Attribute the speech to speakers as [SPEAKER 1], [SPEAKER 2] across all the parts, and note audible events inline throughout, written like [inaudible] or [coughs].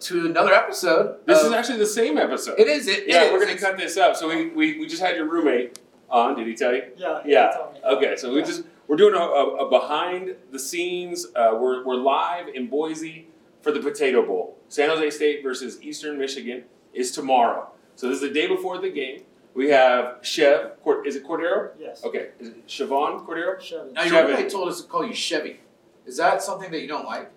[SPEAKER 1] to another episode.
[SPEAKER 2] This
[SPEAKER 1] of-
[SPEAKER 2] is actually the same episode.
[SPEAKER 1] Uh, It is. It it
[SPEAKER 2] yeah,
[SPEAKER 1] is.
[SPEAKER 2] we're gonna
[SPEAKER 1] It's-
[SPEAKER 2] cut this up. So we, we, we just had your roommate on. Did he tell you?
[SPEAKER 3] Yeah.
[SPEAKER 2] Yeah.
[SPEAKER 3] it's on me.
[SPEAKER 2] Okay, so we just we're doing a, a, a behind the scenes. Uh, we're we're live in Boise for the Potato Bowl. San Jose State versus Eastern Michigan is tomorrow. So this is the day before the game. We have Chev. Cord- Is it Cordero?
[SPEAKER 3] Yes.
[SPEAKER 2] Okay, is it Siobhan Cordero?
[SPEAKER 3] Shove it.
[SPEAKER 1] Now your
[SPEAKER 2] Chevy.
[SPEAKER 1] roommate told us to call you Chevy. Is that something that you don't [laughs] like?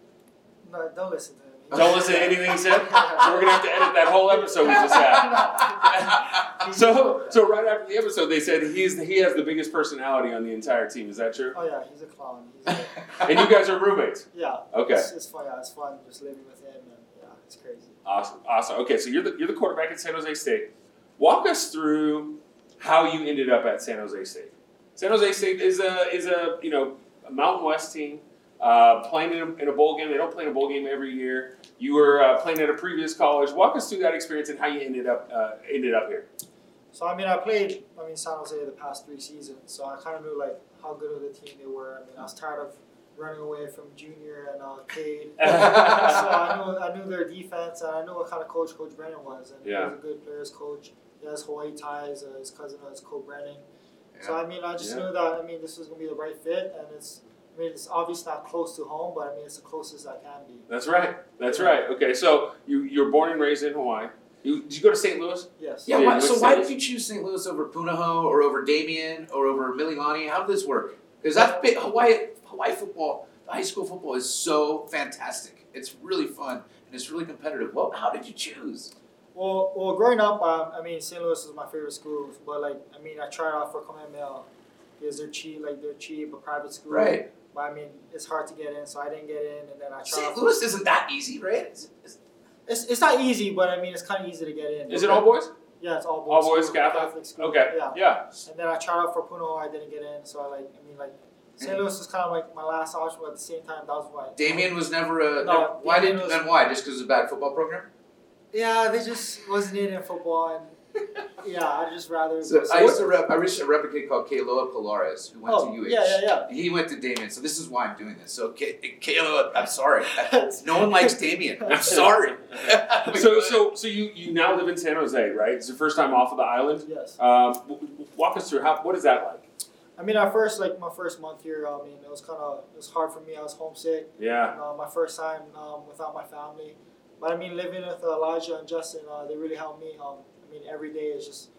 [SPEAKER 3] No, don't listen to him.
[SPEAKER 2] Don't listen to anything he
[SPEAKER 3] [laughs]
[SPEAKER 2] said. So we're gonna have to edit that whole episode we just had.
[SPEAKER 3] [laughs]
[SPEAKER 2] [laughs] So so right after the episode, they said he's he has the biggest personality on the entire team. Is that true?
[SPEAKER 3] Oh yeah, he's a clown. He's a,
[SPEAKER 1] [laughs]
[SPEAKER 2] And you guys are roommates.
[SPEAKER 3] yeah.
[SPEAKER 2] Okay.
[SPEAKER 3] It's, it's fun. Yeah, it's fun just living with him, and yeah, it's crazy.
[SPEAKER 2] Awesome, awesome. Okay, so you're the you're the quarterback at San Jose State. Walk us through how you ended up at San Jose State. San Jose State is a is a you know a Mountain West team uh, playing in a, in a bowl game. They don't play in a bowl game every year. You were uh, playing at a previous college. Walk us through that experience and how you ended up uh, ended up here.
[SPEAKER 3] So I mean, I played. I mean, San Jose the past three seasons, so I kind of knew like how good of a team they were. I mean, I was tired of running away from junior and uh,
[SPEAKER 2] [laughs]
[SPEAKER 3] Cade. so I knew I knew their defense, and I knew what kind of coach Coach Brennan was, and
[SPEAKER 2] Yeah.
[SPEAKER 3] he was a good players coach. He has Hawaii ties. Uh, his cousin is Cole Brennan. So I mean, I just
[SPEAKER 2] Yeah.
[SPEAKER 3] knew that. I mean, this was gonna be the right fit, and it's. I mean, it's obviously not close to home, but I mean, it's the closest I can be.
[SPEAKER 2] That's right. That's right. Okay, so you you're born and raised in Hawaii. You, did you go to St. Louis?
[SPEAKER 3] Yes.
[SPEAKER 1] Yeah,
[SPEAKER 2] Yeah,
[SPEAKER 1] why,
[SPEAKER 2] it
[SPEAKER 1] so
[SPEAKER 2] makes
[SPEAKER 1] why
[SPEAKER 2] sense.
[SPEAKER 1] did you choose St. Louis over Punahou or over Damien or over Mililani? How did this work? Because that's big, Hawaii Hawaii football, high school football is so fantastic. It's really fun and it's really competitive. Well, how did you choose?
[SPEAKER 3] Well, well, growing up, um, I mean, St. Louis was my favorite school, but like, I mean, I tried out for Kamehameha because they're cheap, like they're cheap, a private school.
[SPEAKER 1] Right,
[SPEAKER 3] But I mean, it's hard to get in, so I didn't get in, and then I tried. out
[SPEAKER 1] St.
[SPEAKER 3] for-
[SPEAKER 1] Louis isn't that easy, right? It's- it's-
[SPEAKER 3] It's, it's not easy, but I mean, it's kind of easy to get in.
[SPEAKER 2] Is it all boys?
[SPEAKER 3] Yeah, it's all
[SPEAKER 2] All
[SPEAKER 3] boys.
[SPEAKER 2] boys
[SPEAKER 3] school,
[SPEAKER 2] Catholic?
[SPEAKER 3] school.
[SPEAKER 2] Okay.
[SPEAKER 3] Yeah.
[SPEAKER 2] Yeah.
[SPEAKER 3] And then I tried out for Puno, I didn't get in, so I like, I mean, like, St. Louis was kind of like my last option, but at the same time, that was why.
[SPEAKER 1] Damien was never a.
[SPEAKER 3] No,
[SPEAKER 1] why
[SPEAKER 3] Damien
[SPEAKER 1] didn't
[SPEAKER 3] was-
[SPEAKER 1] then why? Just because it was a bad football
[SPEAKER 3] [laughs]
[SPEAKER 1] program?
[SPEAKER 3] Yeah, they just wasn't in in football, and yeah, I just rather.
[SPEAKER 1] So I used to rep, I used to rep a kid called Kaloa Polaris who went
[SPEAKER 3] oh,
[SPEAKER 1] to UH.
[SPEAKER 3] yeah, yeah, yeah.
[SPEAKER 1] He went to Damien, so this is why I'm doing this. So K- Kaloa, I'm sorry. [laughs]
[SPEAKER 3] That's-
[SPEAKER 1] No one likes Damien. I'm
[SPEAKER 3] [laughs]
[SPEAKER 1] sorry. [laughs]
[SPEAKER 2] so so so you you now live in San Jose, right? It's your first time off of the island.
[SPEAKER 3] Yes.
[SPEAKER 2] Um, w- w- walk us through how what is that like?
[SPEAKER 3] I mean, at first, like my first month here, I mean, it was kind of it was hard for me. I was homesick.
[SPEAKER 2] Yeah,
[SPEAKER 3] Uh, my first time um, without my family, but I mean, living with Elijah and Justin, uh, they really helped me. Um, I mean, every day is just,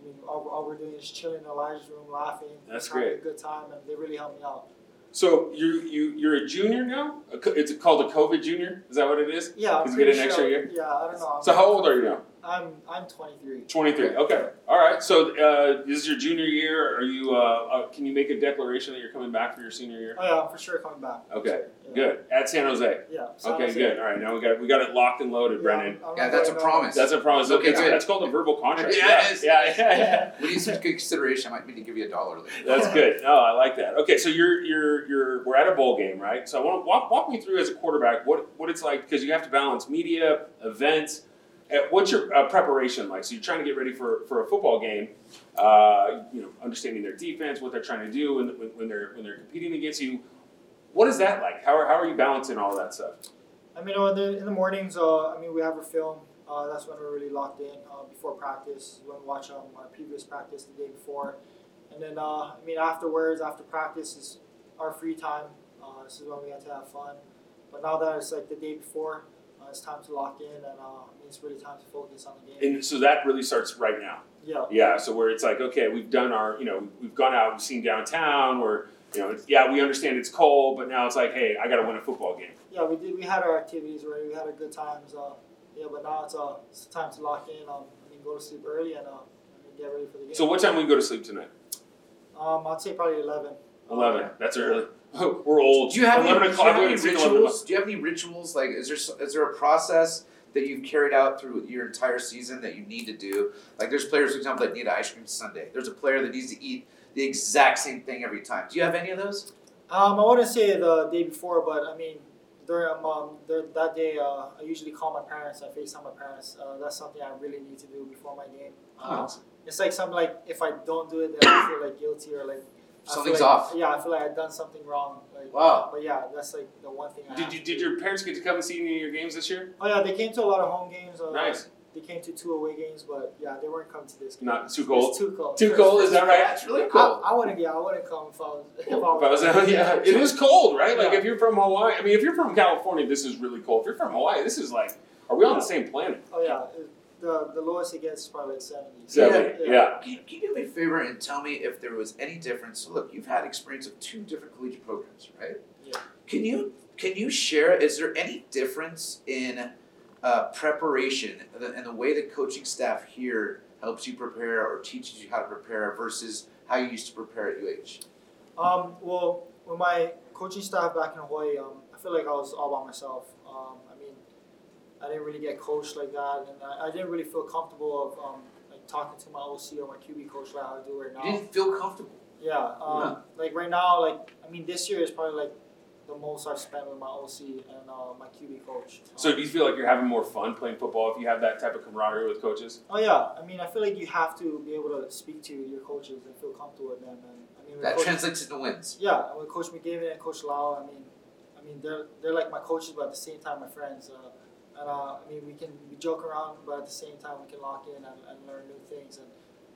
[SPEAKER 3] I mean, all, all we're doing is chilling in Elijah's room, laughing.
[SPEAKER 2] That's
[SPEAKER 3] having
[SPEAKER 2] great.
[SPEAKER 3] A good time, and they really helped me out.
[SPEAKER 2] so you you you're a junior now. A co- It's called a COVID junior. Is that what it is?
[SPEAKER 3] Yeah, I'm
[SPEAKER 2] Did you
[SPEAKER 3] pretty
[SPEAKER 2] get an extra
[SPEAKER 3] sure-
[SPEAKER 2] year?
[SPEAKER 3] Yeah, I don't know.
[SPEAKER 2] So how old are you now?
[SPEAKER 3] I'm I'm 23.
[SPEAKER 2] Twenty three. Okay. All right. So uh, this is your junior year. Are you? Uh, uh, can you make a declaration that you're coming back for your senior year?
[SPEAKER 3] Oh yeah, I'm for sure coming back.
[SPEAKER 2] Okay.
[SPEAKER 3] Yeah.
[SPEAKER 2] Good. At San Jose.
[SPEAKER 3] Yeah. so I
[SPEAKER 2] Okay.
[SPEAKER 3] was
[SPEAKER 2] Good. All right. Now we got we got it locked and
[SPEAKER 3] like,
[SPEAKER 2] loaded,
[SPEAKER 3] yeah,
[SPEAKER 2] Brennan.
[SPEAKER 3] I'm- I'm
[SPEAKER 1] Yeah,
[SPEAKER 3] not
[SPEAKER 1] that's a
[SPEAKER 3] going
[SPEAKER 1] promise.
[SPEAKER 2] That's a promise.
[SPEAKER 1] Okay,
[SPEAKER 2] Okay.
[SPEAKER 1] good.
[SPEAKER 2] That's called a verbal contract.
[SPEAKER 1] Yeah, it is.
[SPEAKER 2] Yeah. yeah, yeah.
[SPEAKER 3] [laughs] out.
[SPEAKER 1] We need some good consideration. I might need to give you a dollar later.
[SPEAKER 2] That's good. No, I like that. Okay, so you're you're you're we're at a bowl game, right? So I want to walk walk me through as a quarterback what what it's like because you have to balance media events. Uh, What's your uh, preparation like? So you're trying to get ready for, for a football game, uh, you know, understanding their defense, what they're trying to do when, when, when they're when they're competing against you. What is that like? How are, how are you balancing all that stuff?
[SPEAKER 3] I mean, in the, in the mornings, uh, I mean, we have a film. Uh, that's when we're really locked in uh, before practice. We want to watch um, our previous practice the day before. And then, uh, I mean, afterwards, after practice is our free time. Uh, this is when we get to have fun. But now that it's like the day before, uh, it's time to lock in, and uh, I mean, it's really time to focus on the game.
[SPEAKER 2] And so that really starts right now.
[SPEAKER 3] Yeah.
[SPEAKER 2] Yeah, so where it's like, okay, we've done our, you know, we've gone out, we've seen downtown, or you know, it's, yeah, we understand it's cold, but now it's like, hey, I got to win a football game.
[SPEAKER 3] Yeah, we did. We had our activities already. We had our good times. Uh, yeah, but now it's, uh, it's time to lock in. Um, I mean, go to sleep early and uh, I mean, get ready for the game.
[SPEAKER 2] So what time we go to sleep tonight?
[SPEAKER 3] Um, I'd say probably 11.
[SPEAKER 2] Eleven. That's early. [laughs] We're old.
[SPEAKER 1] Do you have
[SPEAKER 2] eleven
[SPEAKER 1] any, do you
[SPEAKER 2] o'clock?
[SPEAKER 1] have
[SPEAKER 2] we
[SPEAKER 1] any
[SPEAKER 2] haven't seen 11 o'clock.
[SPEAKER 1] rituals? Do you have any rituals? Like, is there s- is there a process that you've carried out through your entire season that you need to do? Like, there's players, for example, that need an ice cream sundae. There's a player that needs to eat the exact same thing every time. Do you have any of those?
[SPEAKER 3] Um, I wouldn't say the day before, but I mean, during um, dur that day, uh, I usually call my parents. I FaceTime my parents. Uh, that's something I really need to Uh, do before my game. Uh, It's like something like if I don't do it, then I feel like guilty or like I feel
[SPEAKER 1] Something's
[SPEAKER 3] like-
[SPEAKER 1] off.
[SPEAKER 3] Yeah, I feel like I've done something wrong. Like,
[SPEAKER 1] Wow.
[SPEAKER 3] But yeah, that's like the one thing. I
[SPEAKER 2] Did
[SPEAKER 3] have
[SPEAKER 2] you
[SPEAKER 3] to
[SPEAKER 2] did
[SPEAKER 3] do.
[SPEAKER 2] your parents get to come and see any of your games this year?
[SPEAKER 3] Oh yeah, they came to a lot of home games. Uh,
[SPEAKER 2] Nice.
[SPEAKER 3] They came to two away games, but yeah, they weren't coming to this game.
[SPEAKER 2] Not too
[SPEAKER 3] It's
[SPEAKER 2] cold.
[SPEAKER 3] Too cold.
[SPEAKER 2] Too cold, is that right?
[SPEAKER 1] That's really cool.
[SPEAKER 3] I, I wouldn't. Yeah, I wouldn't come if I was. [laughs] If
[SPEAKER 2] If
[SPEAKER 3] I
[SPEAKER 2] I
[SPEAKER 3] was,
[SPEAKER 2] was out, [laughs]
[SPEAKER 3] [laughs]
[SPEAKER 2] yeah, it is cold, right? Like
[SPEAKER 3] Yeah.
[SPEAKER 2] if you're from Hawaii, I mean, if you're from California, this is really cold. If you're from Hawaii, this is like, are we on the same planet?
[SPEAKER 3] Oh yeah, it- the the lowest it gets is probably like seventy.
[SPEAKER 2] Seventy,
[SPEAKER 3] Yeah.
[SPEAKER 2] yeah.
[SPEAKER 1] Can, can you do me a favor and tell me if there was any difference? So look, you've had experience of two different collegiate programs, right?
[SPEAKER 3] Yeah.
[SPEAKER 1] Can you can you share? Is there any difference in uh, preparation and the- and the way the coaching staff here helps you prepare or teaches you how to prepare versus how you used to prepare at UH?
[SPEAKER 3] Um, well, with my coaching staff back in Hawaii, um, I feel like I was all by myself. Um, I mean, I didn't really get coached like that, and I, I didn't really feel comfortable of um, like talking to my OC or my QB coach like how I do right now.
[SPEAKER 1] You didn't feel comfortable.
[SPEAKER 3] Yeah, um,
[SPEAKER 1] Yeah.
[SPEAKER 3] like right now, like I mean, this year is probably like the most I've spent with my OC and uh, my QB coach. Um,
[SPEAKER 2] So do you feel like you're having more fun playing football if you have that type of camaraderie with coaches?
[SPEAKER 3] Oh yeah, I mean, I feel like you have to be able to speak to your coaches and feel comfortable with them, and I mean, with
[SPEAKER 1] That
[SPEAKER 3] coach-
[SPEAKER 1] translates into wins.
[SPEAKER 3] yeah, with Coach McGavin and Coach Lau, I mean, I mean, they're they're like my coaches, but at the same time, my friends. Uh, and uh, I mean, we can we joke around, but at the same time, we can lock in and, and learn new things. And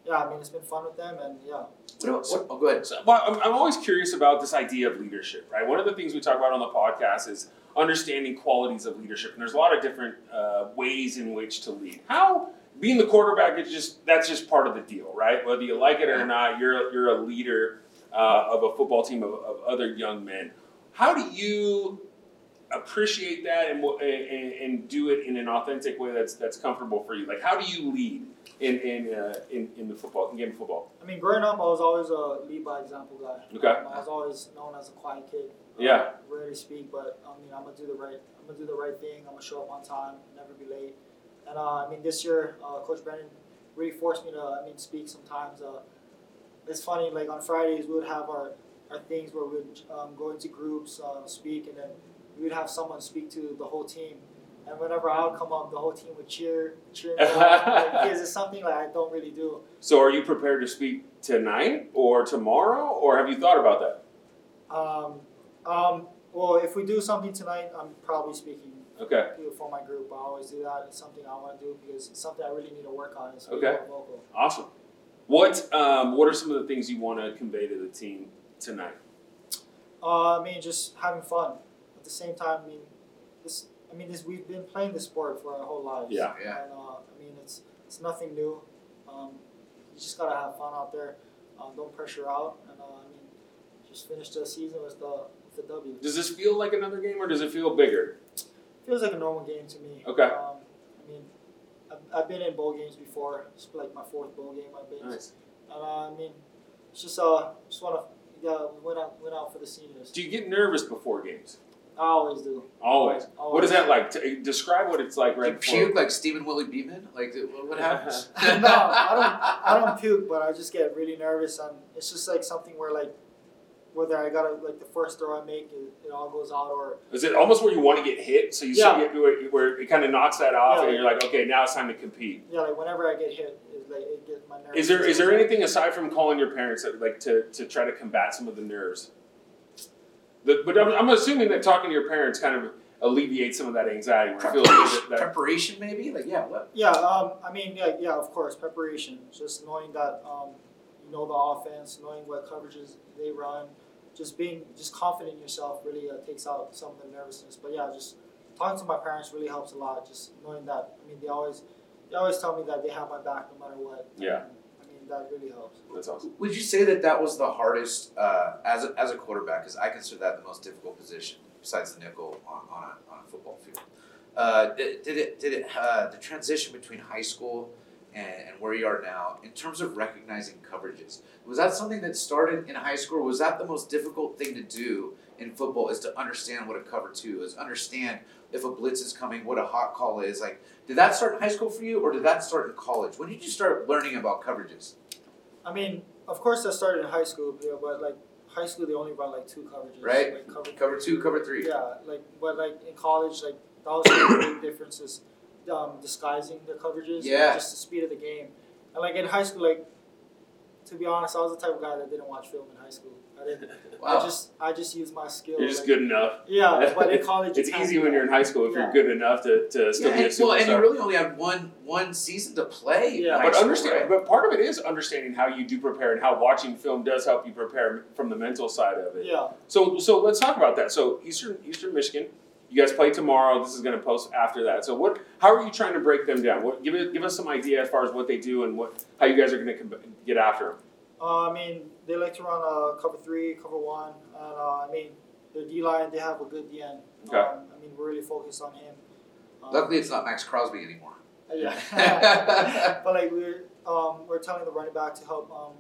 [SPEAKER 3] yeah, I mean, it's been fun with them, and yeah,
[SPEAKER 1] What about, what, oh, go ahead.
[SPEAKER 2] So, but I'm, I'm always curious about this idea of leadership, right? One of the things we talk about on the podcast is understanding qualities of leadership, and there's a lot of different uh, ways in which to lead. How being the quarterback is just that's just part of the deal, right? Whether you like it or not, you're a- you're a leader uh, of a football team of, of other young men. How do you appreciate that and, wha- and and- and do it in an authentic way that's that's comfortable for you? Like, how do you lead in in uh, in, in the football in game of football?
[SPEAKER 3] I mean, growing up, I was always a lead by example guy.
[SPEAKER 2] Okay.
[SPEAKER 3] Um, I was always known as a quiet kid.
[SPEAKER 2] Yeah.
[SPEAKER 3] Uh, rarely speak, but I mean, I'm gonna do the right. I'm gonna do the right thing. I'm gonna show up on time. Never be late. And uh, I mean, this year, uh, Coach Brennan really forced me to. I mean, speak sometimes. Uh, it's funny. Like on Fridays, we would have our our things where we would um, go into groups, uh, speak, and then we would have someone speak to the whole team. And whenever I would come up, the whole team would cheer, cheer
[SPEAKER 2] [laughs]
[SPEAKER 3] me on. Because it's something like I don't really do.
[SPEAKER 2] So are you prepared to speak tonight or tomorrow, or have you thought about that?
[SPEAKER 3] Um, um, well, if we do something tonight, I'm probably speaking
[SPEAKER 2] Okay.
[SPEAKER 3] for my group. I always do that. It's something I want to do because it's something I really need to work on. Is being
[SPEAKER 2] Okay.
[SPEAKER 3] more vocal.
[SPEAKER 2] Awesome. What um, What are some of the things you want to convey to the team tonight?
[SPEAKER 3] Uh, I mean, just having fun. At the same time, I mean, this. I mean, this. We've been playing this sport for our whole lives.
[SPEAKER 2] Yeah.
[SPEAKER 1] Yeah.
[SPEAKER 3] And uh, I mean, it's it's nothing new. Um, you just gotta have fun out there. Um, don't pressure out, and uh, I mean, just finish the season with the with the W.
[SPEAKER 2] Does this feel like another game, or does it feel bigger?
[SPEAKER 3] feels like a normal game to me.
[SPEAKER 2] Okay.
[SPEAKER 3] Um, I mean, I've, I've been in bowl games before. It's like my fourth bowl game I've been.
[SPEAKER 2] Nice.
[SPEAKER 3] And uh, I mean, it's just uh, just want to yeah, went out went out for the seniors.
[SPEAKER 2] Do you get nervous before games?
[SPEAKER 3] I always do.
[SPEAKER 2] Always.
[SPEAKER 3] Always.
[SPEAKER 2] Oh, What is that like? T- describe what it's like
[SPEAKER 1] You
[SPEAKER 2] right before.
[SPEAKER 1] puke like Stephen Willie Beeman? Like, what, what happens?
[SPEAKER 3] [laughs] no, I don't. I don't puke, but I just get really nervous. And it's just like something where like whether I gotta like the first throw I make, it, it all goes out, or
[SPEAKER 2] Is it almost where you want to get hit, so you
[SPEAKER 3] Yeah.
[SPEAKER 2] see it where, where it kind of knocks that off,
[SPEAKER 3] Yeah.
[SPEAKER 2] and you're like, okay, now it's time to compete.
[SPEAKER 3] yeah, like whenever I get hit, it, like it gets my nerves.
[SPEAKER 2] Is there is there anything aside from calling your parents that like to, to try to combat some of the nerves? The, but I'm, I'm assuming that talking to your parents kind of alleviates some of that anxiety. Where I feel like that, that-
[SPEAKER 1] Preparation, maybe? Like, yeah, what?
[SPEAKER 3] Yeah, um, I mean, yeah, yeah, of course, preparation. Just knowing that um, you know the offense, knowing what coverages they run, just being just confident in yourself really uh, takes out some of the nervousness. But yeah, just talking to my parents really helps a lot. Just knowing that, I mean, they always they always tell me that they have my back no matter what.
[SPEAKER 2] Yeah.
[SPEAKER 3] I mean, that really helps.
[SPEAKER 2] that's awesome.
[SPEAKER 1] Would you say that that was the hardest uh, as, a, as a quarterback? Because I consider that the most difficult position besides the nickel on, on, a, on a football field. Uh, did, did it did it uh, the transition between high school and, and where you are now in terms of recognizing coverages was that something that started in high school? Or was that the most difficult thing to do in football? Is to understand what a cover two is, understand if a blitz is coming, what a hot call is. Like, did that start in high school for you, or did that start in college? When did you start learning about coverages?
[SPEAKER 3] I mean, of course, I started in high school, you know, but like high school, they only run like two coverages,
[SPEAKER 1] Right.
[SPEAKER 3] Like, cover
[SPEAKER 1] Cover two, cover three.
[SPEAKER 3] Yeah, like but like in college, like that was one of the big [coughs] difference is um, disguising the coverages. and
[SPEAKER 1] Yeah.
[SPEAKER 3] Just the speed of the game, and like in high school, like to be honest, I was the type of guy that didn't watch film in high school. I didn't.
[SPEAKER 1] Wow.
[SPEAKER 3] I just I just used my skills.
[SPEAKER 2] You're just
[SPEAKER 3] like-
[SPEAKER 2] good enough.
[SPEAKER 3] Yeah, but in college,
[SPEAKER 2] [laughs]
[SPEAKER 3] you
[SPEAKER 2] It's
[SPEAKER 3] can't
[SPEAKER 2] easy
[SPEAKER 3] do
[SPEAKER 2] when
[SPEAKER 3] that.
[SPEAKER 2] you're in high school if
[SPEAKER 3] Yeah.
[SPEAKER 2] you're good enough to, to still
[SPEAKER 1] yeah,
[SPEAKER 2] be a
[SPEAKER 1] and, well, and you
[SPEAKER 2] superstar.
[SPEAKER 1] really only had one one season to play. in
[SPEAKER 3] Yeah.
[SPEAKER 1] high
[SPEAKER 2] But
[SPEAKER 1] school,
[SPEAKER 2] understand,
[SPEAKER 1] right?
[SPEAKER 2] but part of it is understanding how you do prepare and how watching film does help you prepare from the mental side of it.
[SPEAKER 3] Yeah,
[SPEAKER 2] So, so let's talk about that. So, Eastern Eastern Michigan, you guys play tomorrow. This is going to post after that. So, what? How are you trying to break them down? What, give it, give us some idea as far as what they do and what how you guys are going to com- get after them.
[SPEAKER 3] uh, I mean they like to run uh, cover three, cover one, and uh, I mean their D line they have a good D end.
[SPEAKER 2] Okay.
[SPEAKER 3] Um, I mean we're really focused on him. Um,
[SPEAKER 1] Luckily, it's not Max Crosby anymore.
[SPEAKER 3] Yeah. [laughs]
[SPEAKER 2] [laughs]
[SPEAKER 3] but like we're um, we're telling the running back to help um,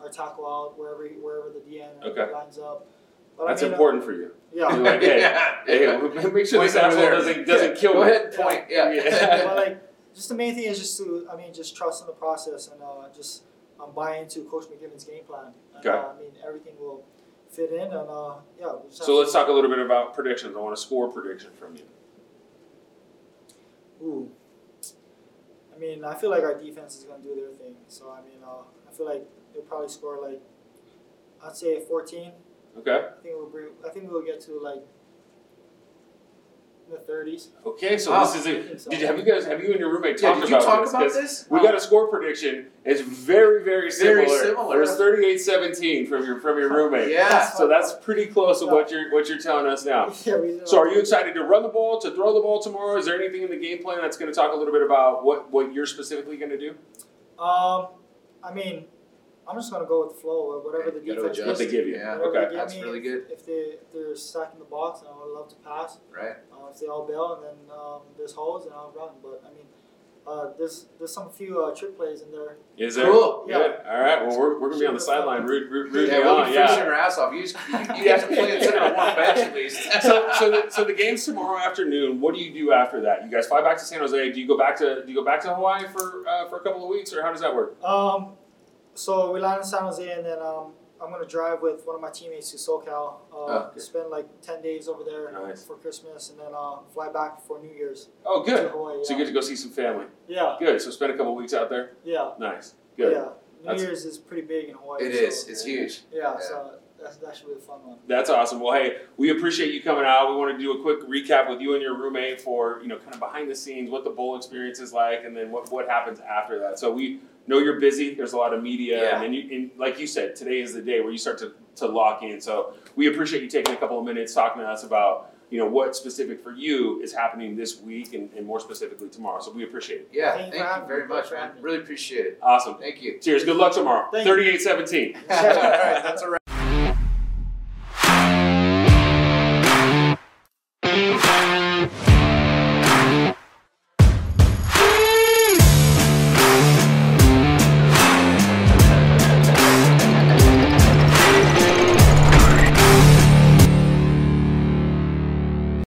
[SPEAKER 3] our tackle out wherever he- wherever the DN
[SPEAKER 2] Okay.
[SPEAKER 3] lines up. But
[SPEAKER 2] That's
[SPEAKER 3] I mean, uh,
[SPEAKER 2] important for [laughs] you.
[SPEAKER 3] yeah.
[SPEAKER 2] [laughs] You're like,
[SPEAKER 1] [laughs]
[SPEAKER 2] hey, hey, make sure
[SPEAKER 1] Point
[SPEAKER 2] this
[SPEAKER 1] over
[SPEAKER 2] asshole
[SPEAKER 1] there.
[SPEAKER 2] doesn't doesn't kill
[SPEAKER 1] Go
[SPEAKER 2] me.
[SPEAKER 1] ahead, point. [laughs] Yeah.
[SPEAKER 2] Yeah.
[SPEAKER 3] but
[SPEAKER 2] [laughs]
[SPEAKER 3] like just the main thing is just to I mean just trust in the process and uh, just um, buy into Coach McGivens' game plan. And,
[SPEAKER 2] Okay.
[SPEAKER 3] uh, I mean everything will fit in and uh, yeah. We just have
[SPEAKER 2] So
[SPEAKER 3] to-
[SPEAKER 2] let's talk a little bit about predictions. I want a score prediction from you.
[SPEAKER 3] Ooh. I mean, I feel like our defense is going to do their thing. So, I mean, uh, I feel like they'll probably score like, I'd say 14.
[SPEAKER 2] Okay.
[SPEAKER 3] I think we'll bring, I think we'll get to like the 30s.
[SPEAKER 2] Okay. So
[SPEAKER 1] Wow.
[SPEAKER 2] this is
[SPEAKER 3] I
[SPEAKER 2] a.
[SPEAKER 3] think so.
[SPEAKER 2] Did you, have you guys have you and your roommate
[SPEAKER 1] Ah, Yeah,
[SPEAKER 2] talked
[SPEAKER 1] did you
[SPEAKER 2] about
[SPEAKER 1] talk
[SPEAKER 2] this?
[SPEAKER 1] about
[SPEAKER 2] 'Cause
[SPEAKER 1] this?
[SPEAKER 2] We got a score prediction. It's very very similar.
[SPEAKER 1] Very similar.
[SPEAKER 2] It was 38-17 from your from your roommate.
[SPEAKER 1] Yeah.
[SPEAKER 2] So that's pretty close to what you're what you're telling us now.
[SPEAKER 3] [laughs] yeah, we,
[SPEAKER 2] Ah. So are you excited to run the ball, to throw the ball tomorrow? Is there anything in the game plan that's going to talk a little bit about what what you're specifically going to do?
[SPEAKER 3] Um, I mean, I'm just going to go with the flow, uh, whatever the
[SPEAKER 1] You gotta
[SPEAKER 3] defense
[SPEAKER 1] adjust.
[SPEAKER 2] What they
[SPEAKER 3] gives.
[SPEAKER 2] give you.
[SPEAKER 1] Yeah.
[SPEAKER 3] Whatever
[SPEAKER 2] Okay.
[SPEAKER 3] they give
[SPEAKER 1] That's
[SPEAKER 3] me,
[SPEAKER 1] really
[SPEAKER 3] if-
[SPEAKER 1] good.
[SPEAKER 3] If, they, if they're stacking the box, and I would love to pass.
[SPEAKER 1] Right.
[SPEAKER 3] Uh, if they all bail and then um, there's holes and I'll run. But I mean, uh, there's there's some few uh, trick plays in there.
[SPEAKER 2] Is there?
[SPEAKER 1] Cool.
[SPEAKER 2] Good. All right. Well, we're, we're going to be on the sideline. Root, root, root
[SPEAKER 1] yeah,
[SPEAKER 2] you
[SPEAKER 1] we'll
[SPEAKER 2] on.
[SPEAKER 1] be
[SPEAKER 2] Yeah.
[SPEAKER 1] finishing our ass off. You, just, you, you get to play and sit on a warm bench at least.
[SPEAKER 2] [laughs] so, so, the, so the game's tomorrow afternoon. What do you do after that? You guys fly back to San Jose. Do you go back to Do you go back to Hawaii for uh, for a couple of weeks, or how does that work?
[SPEAKER 3] Um, so we land in San Jose and then um, I'm gonna drive with one of my teammates to SoCal. Uh,
[SPEAKER 1] okay.
[SPEAKER 3] Spend like ten days over there
[SPEAKER 2] Ah, Nice.
[SPEAKER 3] for Christmas and then uh, fly back for New Year's
[SPEAKER 2] Oh,
[SPEAKER 3] to
[SPEAKER 2] good.
[SPEAKER 3] Hawaii. Yeah.
[SPEAKER 2] So you get to go see some family.
[SPEAKER 3] yeah,
[SPEAKER 2] Good. So spend a couple of weeks out there.
[SPEAKER 3] yeah,
[SPEAKER 2] Nice. Good.
[SPEAKER 3] yeah. New
[SPEAKER 2] That's-
[SPEAKER 3] Year's is pretty big in
[SPEAKER 1] [laughs]
[SPEAKER 3] Hawaii.
[SPEAKER 1] It
[SPEAKER 3] so,
[SPEAKER 1] is. It's huge.
[SPEAKER 3] Yeah,
[SPEAKER 1] Yeah.
[SPEAKER 3] so that's that should be a fun
[SPEAKER 2] [laughs]
[SPEAKER 3] one. [laughs]
[SPEAKER 2] That's awesome. Well, hey, we appreciate you coming out. We want to do a quick recap with you and your roommate for you know kind of behind the scenes, what the bowl experience is like, and then what what happens after that. So we know you're busy. There's a lot of media,
[SPEAKER 1] Yeah.
[SPEAKER 2] and then you and like you said, today is the day where you start to to lock in. So we appreciate you taking a couple of minutes talking to us about you know what specific for you is happening this week and, and more specifically tomorrow. So we appreciate it.
[SPEAKER 1] Yeah.
[SPEAKER 3] Thank you
[SPEAKER 1] Thank
[SPEAKER 3] for
[SPEAKER 1] you
[SPEAKER 3] having
[SPEAKER 1] very
[SPEAKER 3] me.
[SPEAKER 1] much,
[SPEAKER 3] Thanks for
[SPEAKER 1] man.
[SPEAKER 3] having me.
[SPEAKER 1] Really appreciate it.
[SPEAKER 2] Awesome.
[SPEAKER 1] Thank you.
[SPEAKER 2] Cheers. Good luck tomorrow.
[SPEAKER 3] Thank you.
[SPEAKER 2] Thirty-eight seventeen.
[SPEAKER 1] All right. That's a wrap.